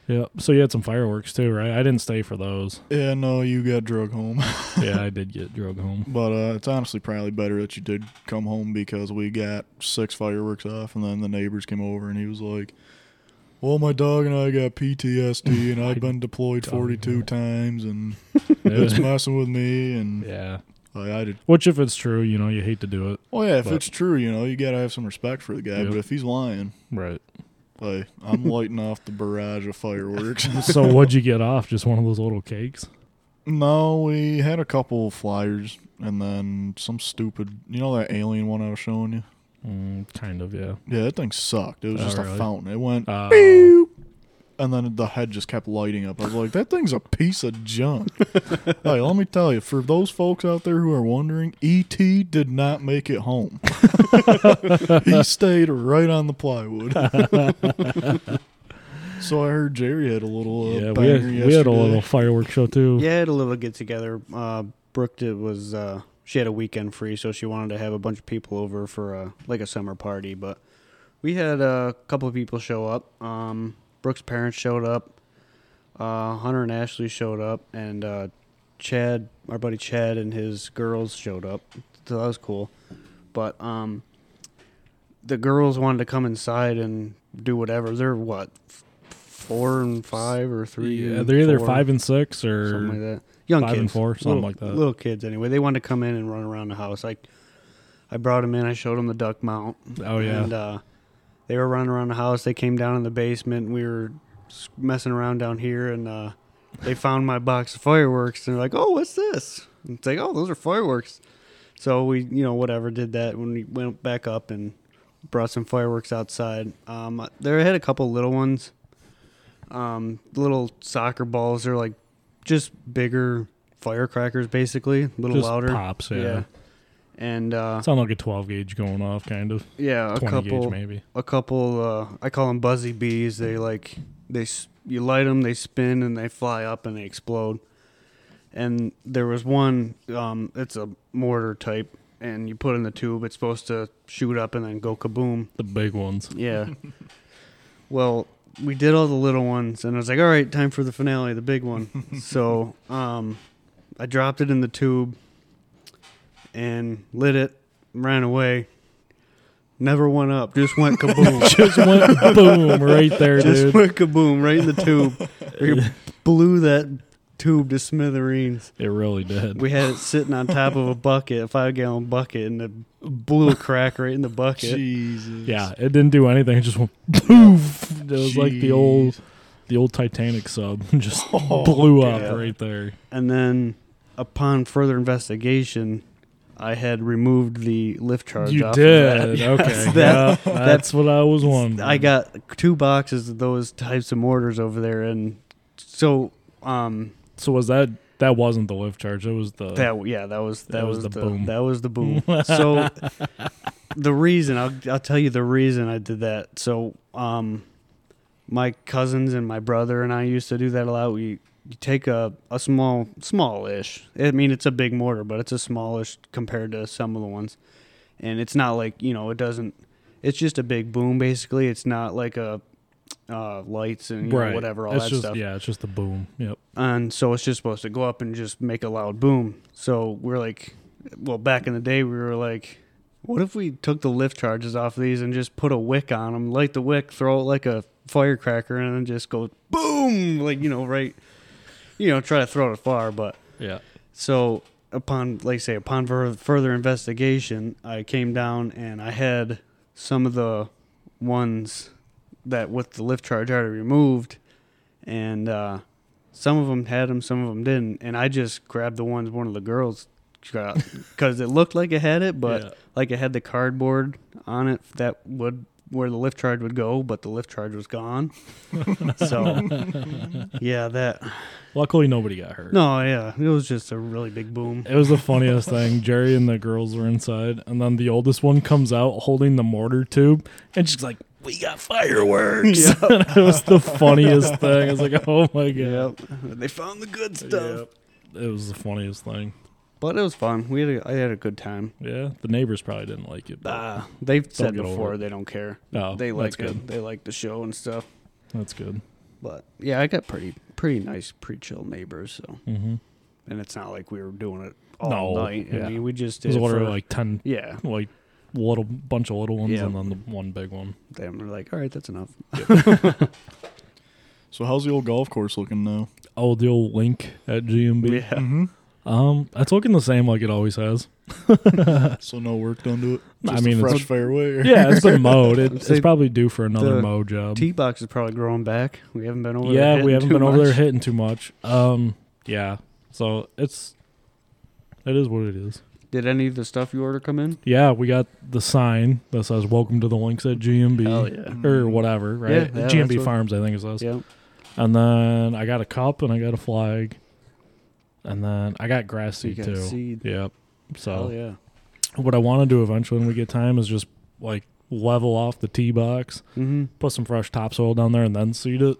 Yeah. So you had some fireworks too, right? I didn't stay for those. Yeah, no, you got drug home. yeah, I did get drug home. But uh, it's honestly probably better that you did come home because we got six fireworks off, and then the neighbors came over, and he was like, "Well, my dog and I got PTSD, and I've been deployed dog, 42 yeah. times, and it's yeah. messing with me." And like, I did. Which, if it's true, you know, you hate to do it. Well, yeah, if But- it's true, you know, you gotta have some respect for the guy. Yep. But if he's lying, Right. like I'm lighting off the barrage of fireworks. So what'd you get off? Just one of those little cakes? no, we had a couple flyers, and then some stupid, you know, that alien one I was showing you. Mm, kind of, yeah. Yeah, that thing sucked. It was Oh, just a really? fountain. It went. Uh, and then the head just kept lighting up. I was like, that thing's a piece of junk. hey, let me tell you, for those folks out there who are wondering, E.T. did not make it home. he stayed right on the plywood. so I heard Jerry had a little uh, yeah, we banger had, we had yesterday. a little fireworks show too. Yeah, I had a little get together. Uh, Brooke did, was uh, she had a weekend free, so she wanted to have a bunch of people over for a, like a summer party. But we had a couple of people show up. Um, Brooke's parents showed up. Uh, Hunter and Ashley showed up, and uh, Chad, our buddy Chad, and his girls showed up. So that was cool. But um, the girls wanted to come inside and do whatever. They're what f- four and five or three? Yeah, and they're either four? five and six or something like that. Young five kids, and four, something little, like that. Little kids, anyway. They wanted to come in and run around the house. Like, I brought them in. I showed them the duck mount. Oh, yeah. And uh, they were running around the house. They came down in the basement. We were s- messing around down here, and uh, they found my box of fireworks. And they're like, "Oh, what's this?" And it's like, "Oh, those are fireworks." So we, you know, whatever, did that when we went back up and brought some fireworks outside. Um, there had a couple little ones, um, little soccer balls. They're like just bigger firecrackers, basically, a little just louder. pops, yeah. And uh, Sound like a 12 gauge going off, kind of. yeah, a 20 gauge, couple, maybe. a couple. Uh, I call them buzzy bees. They like they s- you light them, they spin, and they fly up and they explode. And there was one. Um, it's a mortar type, and you put in the tube. It's supposed to shoot up and then go kaboom. The big ones. Yeah. well, we did all the little ones, and I was like, all right, time for the finale, the big one. so um, I dropped it in the tube and lit it, ran away. Never went up, just went kaboom. just went boom right there, just dude. went kaboom right in the tube. Your blew that tube to smithereens. It really did. We had it sitting on top of a bucket, a five gallon bucket, and it blew a crack right in the bucket. Jesus. yeah, it didn't do anything. It just went poof. It was like the old the old Titanic sub just Oh, Oh, blew up yeah. right there. And then, upon further investigation, I had removed the lift charge. You off of that. did. Okay. that- yeah, that's what I was wondering. I got two boxes of those types of mortars over there, and so um So was that that wasn't the lift charge? It was the that yeah that was that, was, the, boom that was the boom. so the reason I'll I'll tell you the reason I did that. So um my cousins and my brother and I used to do that a lot. We you take a a small smallish. I mean it's a big mortar, but it's a smallish compared to some of the ones, and it's not like you know it doesn't. It's just a big boom basically. It's not like a uh, lights and you know, whatever all it's that just, stuff Yeah, it's just the boom. Yep. and so it's just supposed to go up and just make a loud boom. So we're like, well, back in the day, we were like, what if we took the lift charges off these and just put a wick on them, light the wick, throw it like a firecracker, and then just go boom, like you know, right, you know, try to throw it far, but Yeah. so upon, like I say, upon fur- further investigation, I came down and I had some of the ones that with the lift charge already removed, and uh, some of them had them, some of them didn't, and I just grabbed the ones one of the girls got because it looked like it had it, but Yeah. like it had the cardboard on it that would where the lift charge would go, but the lift charge was gone. so yeah, that Luckily, nobody got hurt. no, yeah, it was just a really big boom. It was the funniest thing. Jerry and the girls were inside, and then the oldest one comes out holding the mortar tube, and she's like, "We got fireworks!" And it was the funniest thing. I was like, "Oh my god!" Yep. They found the good Yep. It was the funniest thing. But it was fun. We had a, I had a good time. Yeah, the neighbors probably didn't like it. but- Uh, they've said get over before it. they don't care. no, they like that's good. it. They like the show and stuff. That's good. But yeah, I got pretty pretty nice, pretty chill neighbors. So Mm-hmm. and it's not like we were doing it all No, night. I yeah. mean, we just It was did it what for, are like ten, yeah. like little bunch of little ones, Yeah. and then the one big one. They were like, all right, that's enough. So how's the old golf course looking now? Oh, the old link at GMB. Yeah. Mm-hmm. Um, that's looking the same like it always has. So no work done to it. Just I I mean, mean, it's- fresh fairway. Or Yeah, it's a mode. It, Say it's probably due for another the mode job. Tee box is probably growing back. We haven't been over there. Um, yeah, hitting we haven't too been over there much. hitting too much. Um, yeah. So it's it is what it is. Did any of the stuff you order come in? Yeah, we got the sign that says "Welcome to the Links at GMB" Hell Mm. yeah. or whatever, right? Yeah, yeah, that's GMB what- Farms, I think it says. Yep. And then I got a cup and I got a flag, and then I got grass You seed got too. seed. Yep. So Hell yeah. what I want to do eventually when we get time is just like level off the tee box, Mm-hmm. put some fresh topsoil down there, and then seed it.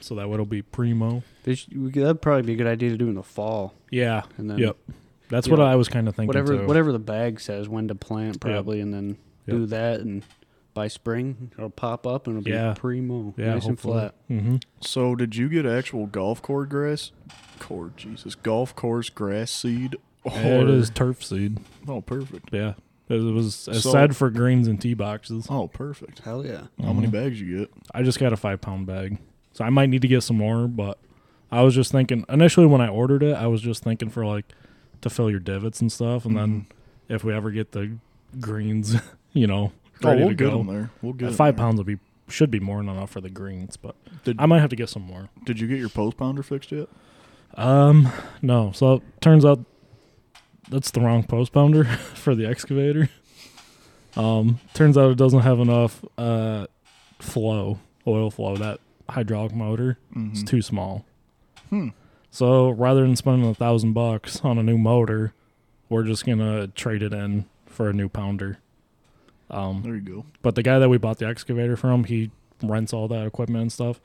So that way it'll be primo. That'd probably be a good idea to do in the fall. Yeah. And then Yep. That's Yeah. what I was kind of thinking. whatever too. whatever the bag says when to plant probably and then do that and by spring it'll pop up and it'll be Yeah. primo Yeah, nice hopefully. and flat Mm-hmm. So did you get actual golf course grass? Cord, Jesus, golf course grass seed. Or, It is turf seed. Oh, perfect. Yeah. It was it So- said for greens and tee boxes. Oh, perfect. hell yeah How Mm-hmm. many bags you get? I just got a five pound bag, so I might need to get some more. But I was just thinking initially when I ordered it, I was just thinking for like to fill your divots and stuff, and then if we ever get the greens, you know, Mm-hmm. Oh, ready we'll to get go, them there. We'll get Uh, 'em five there. pounds will be should be more than enough for the greens, but Did- I might have to get some more. Did you get your post pounder fixed yet? Um, no. So turns out that's the wrong post pounder for the excavator. Um, turns out it doesn't have enough uh flow, oil flow. That hydraulic motor is Mhm. too small. Hmm. So rather than spending a thousand bucks on a new motor, we're just gonna trade it in for a new pounder. Um, There you go. but the guy that we bought the excavator from, he rents all that equipment and stuff.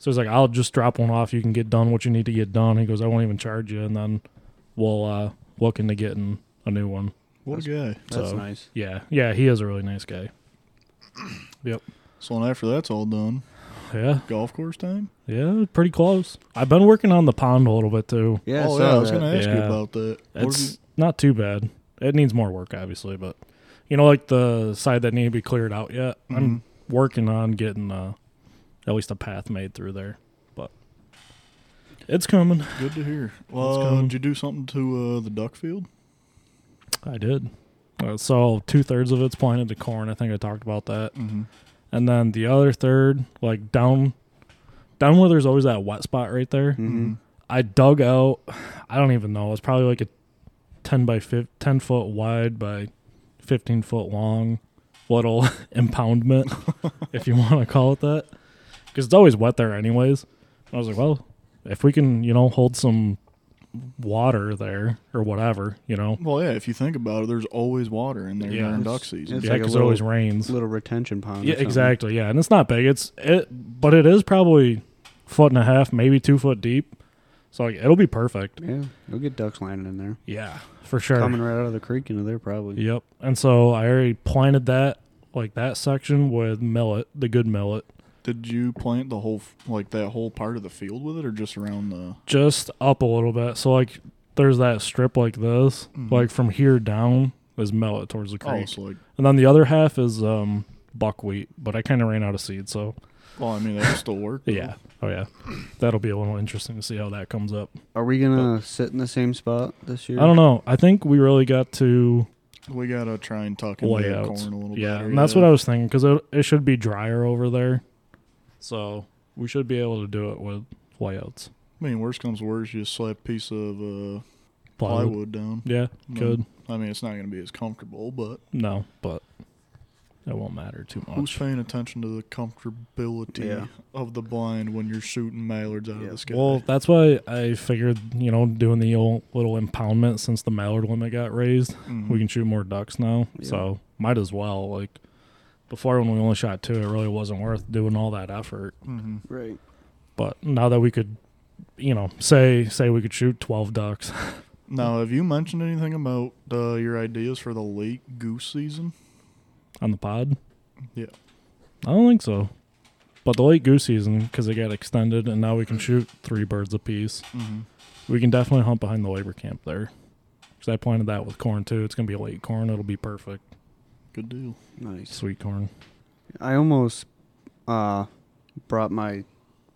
So he's like, I'll just drop one off. You can get done what you need to get done. He goes, I won't even charge you. And then we'll uh, look into getting a new one. What a guy. that's So- nice Yeah. Yeah. He is a really nice guy. So and after that's all done, Yeah. golf course time. Yeah. Pretty close. I've been working on the pond a little bit too. yeah oh so uh, yeah, I was that- gonna ask you Yeah. about that. What have It's not too bad. It needs more work, obviously. But, you know, like the side that need to be cleared out yet, Mm-hmm. I'm working on getting uh, at least a path made through there. But It's coming. Good to hear. going? Well, did you do something to uh, the duck field? I did. Uh, so two thirds of it's planted to corn. I think I talked about that. Mm-hmm. And then the other third, like down, down where there's always that wet spot right there. Mm-hmm. I dug out. I don't even know. It's probably like a ten by 5, ten foot wide by fifteen foot long little impoundment, if you want to call it that, because it's always wet there anyways. And I was like, well, if we can, you know, hold some water there or whatever, you know, Well, yeah. If you think about it, there's always water in there Yeah. during It's- duck season. it's yeah, like a 'cause it little- always rains. Little retention pond. or Yeah, something. exactly. Yeah, and it's not big. It's it, but it is probably foot and a half, maybe two foot deep. So like, it'll be perfect. Yeah, you'll get ducks landing in there. Yeah, for sure. Coming right out of the creek into there, probably. Yep. And so I already planted that, like that section with millet, the good millet, Did you plant the whole, f- like that whole part of the field with it, or just around the? just up a little bit. So like there's that strip like this, Mm-hmm. Mhm. like from here down is millet towards the Oh, creek, it's like. and then the other half is um buckwheat. But I kind of ran out of seed, so Well, I mean, that would still work. though. yeah, oh yeah, that'll be a little interesting to see how that comes up. Are we gonna sit in the same spot this year? I don't know. I think we really got to We gotta try and tuck in that layouts. corn a little Yeah, better. and that's what I was thinking because it, it should be drier over there, so we should be able to do it with layouts. I mean, worst comes to worst, you just slap a piece of uh, Plywood. plywood down. Yeah, No. could. I mean, it's not gonna be as comfortable, but No, but it won't matter too who's much. paying attention to the comfortability Yeah. of the blind when you're shooting mallards out Yeah. of the sky? Well, that's why I figured, you know, doing the old little impoundment since the mallard limit got raised, Mhm. we can shoot more ducks now. Yeah. So might as well. Like before, when we only shot two, it really wasn't worth doing all that effort. Mhm. Right. But now that we could, you know, say say we could shoot twelve ducks, Now, have you mentioned anything about uh, your ideas for the late goose season? on the pod? Yeah. I don't think so. But the late goose season, because it got extended, and now we can shoot three birds apiece. Mm-hmm. We can definitely hunt behind the labor camp there. Because I planted that with corn too. It's going to be late corn. It'll be perfect. Good deal. Nice. Sweet corn. I almost uh, brought my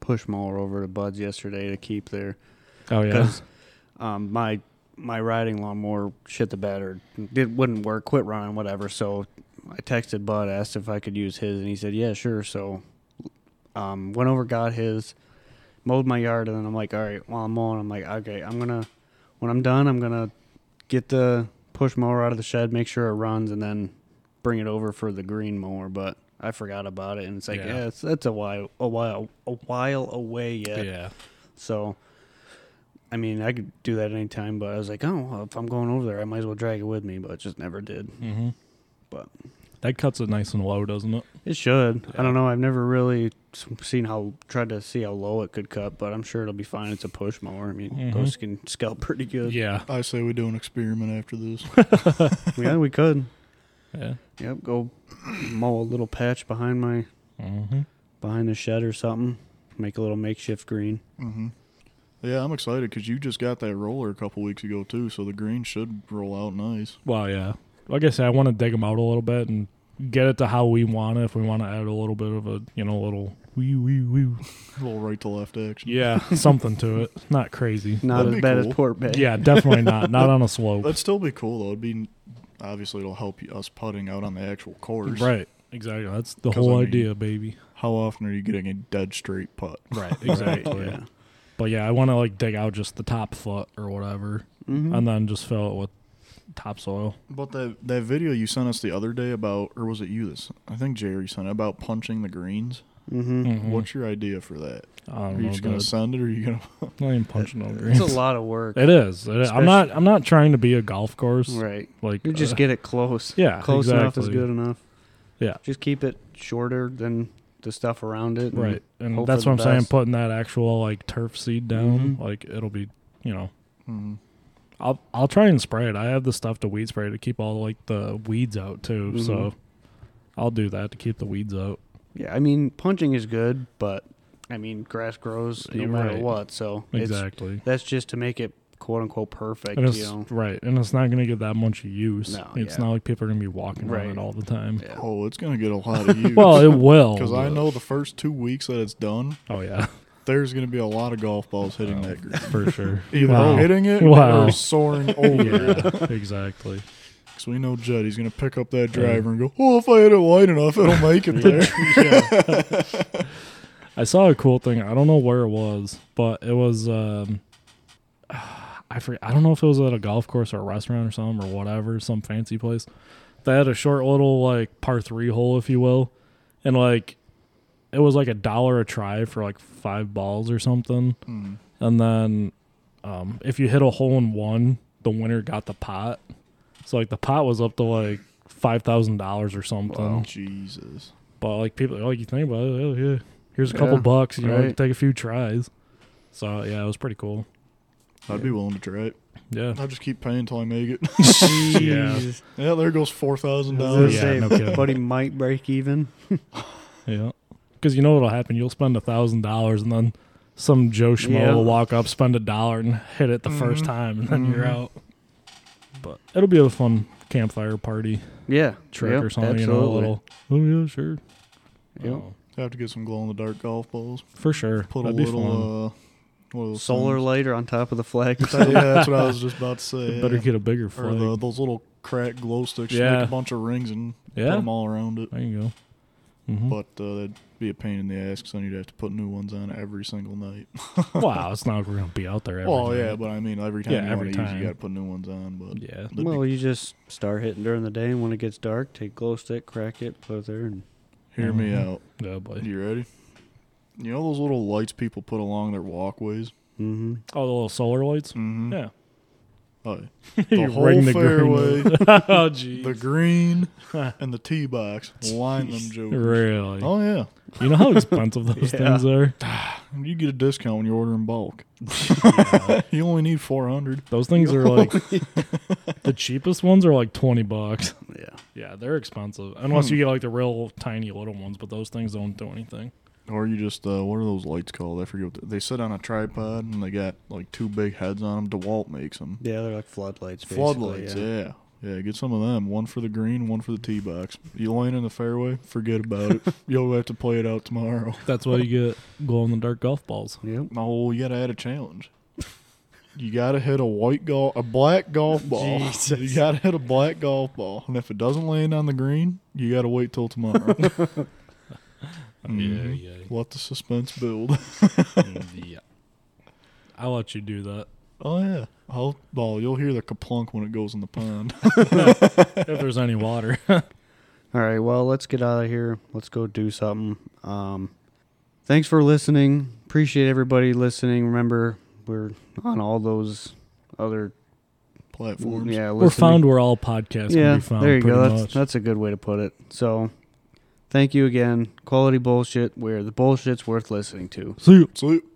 push mower over to Bud's yesterday to keep there Oh, yeah. because um, my my riding lawnmower shit the bed or it wouldn't work, quit running, whatever. So I texted Bud, asked if I could use his, and he said yeah, sure. So um, went over, got his, mowed my yard, and then I'm like, all right, while I'm mowing, I'm like, okay, I'm gonna when I'm done, I'm gonna get the push mower out of the shed, make sure it runs, and then bring it over for the green mower, but. I forgot about it, and it's like, Yeah. yeah, it's, that's a while, a while, a while away yet. Yeah. So, I mean, I could do that anytime, but I was like, oh, well, if I'm going over there, I might as well drag it with me, but just never did. Mm-hmm. But- that cuts it nice and low, doesn't it? It should. Yeah. I don't know. I've never really s- seen how, tried to see how low it could cut, but I'm sure it'll be fine. It's a push mower. I mean, Mhm. those can scalp pretty good. Yeah. I say we do an experiment after this. yeah, we could. Yeah. Yep, go mow a little patch behind my, Mm-hmm. behind the shed or something. Make a little makeshift green. hmm Yeah, I'm excited because you just got that roller a couple weeks ago too, so the green should roll out nice. Well, yeah. Like I said, I want to dig them out a little bit and get it to how we want it. If we want to add a little bit of a, you know, little wee, wee, wee. Roll right to left action. Yeah. something to it. Not crazy. Not That'd as be bad cool. as Port Bay. Yeah, definitely not. Not on a slope. That'd still be cool though. It'd be obviously it'll help you, us putting out on the actual course. Right. Exactly. That's the 'Cause, whole I mean- idea, baby. How often are you getting a dead straight putt? Right. yeah. But yeah, I want to like dig out just the top foot or whatever, Mhm. and then just fill it with topsoil. But that that video you sent us the other day about, or was it you? This I think Jerry sent it about punching the greens. Mhm. What's your idea for that? Mm-hmm. I don't Are know. you just gonna dude. send it, or are you gonna? I ain't punching no It's greens. a lot of work. It is. It is. I'm Especially- not. I'm not trying to be a golf course. Right. Like You just uh, get it close. yeah, Close exactly. enough is good enough. Yeah. Just keep it shorter than the stuff around it. and- Right, and Mm-hmm. hope that's for what I'm the saying. best. Putting that actual like turf seed down, Mhm. like it'll be, you know, Mhm. I'll I'll try and spray it. I have the stuff to weed spray to keep all like the weeds out too. So Mhm. I'll do that to keep the weeds out. Yeah. I mean, punching is good, but I mean, grass grows no You're matter right. what. So it's, Exactly. that's just to make it quote unquote perfect. And it's, You know. Right, and it's not going to get that much use. No, it's yeah. not like people are going to be walking around Right. it all the time. Yeah. Oh, it's gonna get a lot of use. Well, it will. because I but- know the first two weeks that it's done, Oh yeah, Oh, There's going to be a lot of golf balls hitting that green. for sure. Either Wow. hitting it Wow. or soaring over it. yeah, exactly. Because we know Judd, he's going to pick up that driver and go, oh, if I hit it wide enough, it'll make it there. I saw a cool thing. I don't know where it was, but it was um I forget, I don't know if it was at a golf course or a restaurant or something or whatever, some fancy place. They had a short little like par 3 hole if you will. And like it was like a dollar a try for like 5 balls or something. Mm. And then um if you hit a hole in one, the winner got the pot. So like the pot was up to like $5,000 or something. Oh, Jesus. But like people, like you think about it, oh, yeah, here's a couple Yeah, bucks. You know, right. take a few tries. So yeah, it was pretty cool. I'd be willing to try it. Yeah, I'll just keep paying until I make it. Jeez. yeah, there goes I was $4,000. gonna Yeah, say, no kidding. buddy might break even. yeah. Because you know what'll happen? You'll spend a thousand dollars, and then some Joe schmo Yeah. will walk up, spend a dollar, and hit it the first Mhm. time, and then you're Mhm. out. But it'll be a fun campfire party Yeah, trick Yep, or something. absolutely. You know, a little. Oh yeah, sure. Yep. Oh, I have to get some glow in the dark golf balls. for sure. Put That'd a be fun. little uh, what are those Solar Mm. things? lighter on top of the flag. yeah, that's what I was just about to say. Better uh, yeah. get a bigger or flag. the, those little crack glow sticks. Yeah. Make a bunch of rings and put yeah, them all around it. there you go. Mhm. But uh, that'd be a pain in the ass because then you'd have to put new ones on every single night. wow, it's not like we're gonna be out there. Every well, Oh, yeah, night. but I mean, every time Yeah, you every want to use, time. you got to put new ones on. But yeah. that'd be- well, you just start hitting during the day, and when it gets dark, take glow stick, crack it, put it there, and hear me Mhm. out. Yeah, boy. You ready? You know those little lights people put along their walkways? hmm Oh, the little solar lights. Mm-hmm. Yeah. Oh, yeah. You're The whole riding the green fairway, oh, the jeez. green, and the tee box. Line them, jokers. Really? Oh yeah, You know how expensive those Yeah. things are. you get a discount when you order in bulk. you only need four hundred. Those things are like the cheapest ones are like twenty bucks. yeah, Yeah, they're expensive unless Hmm. you get like the real tiny little ones. But those things don't do anything. Or you just uh, what are those lights called? I forget. What they, they sit on a tripod and they got like two big heads on them. Dewalt makes them. yeah, they're like floodlights. basically, Floodlights. Yeah. yeah, Get some of them. One for the green, one for the tee box. You laying in the fairway? Forget about it. You'll have to play it out tomorrow. That's why you get glow in the dark golf balls. Yep. No, you gotta add a challenge. You gotta hit a white golf, a black golf ball. You gotta hit a black golf ball, and if it doesn't land on the green, you gotta wait till tomorrow. Mm-hmm. Mhm. Yeah, yeah, Let the suspense build. yeah. I'll let you do that Oh yeah, I'll, well, you'll hear the kaplunk when it goes in the pond. if there's any water. All right. Well, let's get out of here. Let's go do something. Um, thanks for listening. Appreciate everybody listening. Remember, we're on all those other Platforms. yeah. We're listening- found where all podcasts Yeah, can be found. there you pretty go. Much. That's, that's a good way to put it. So, thank you again. Quality bullshit, where the bullshit's worth listening to. See you. Sweet.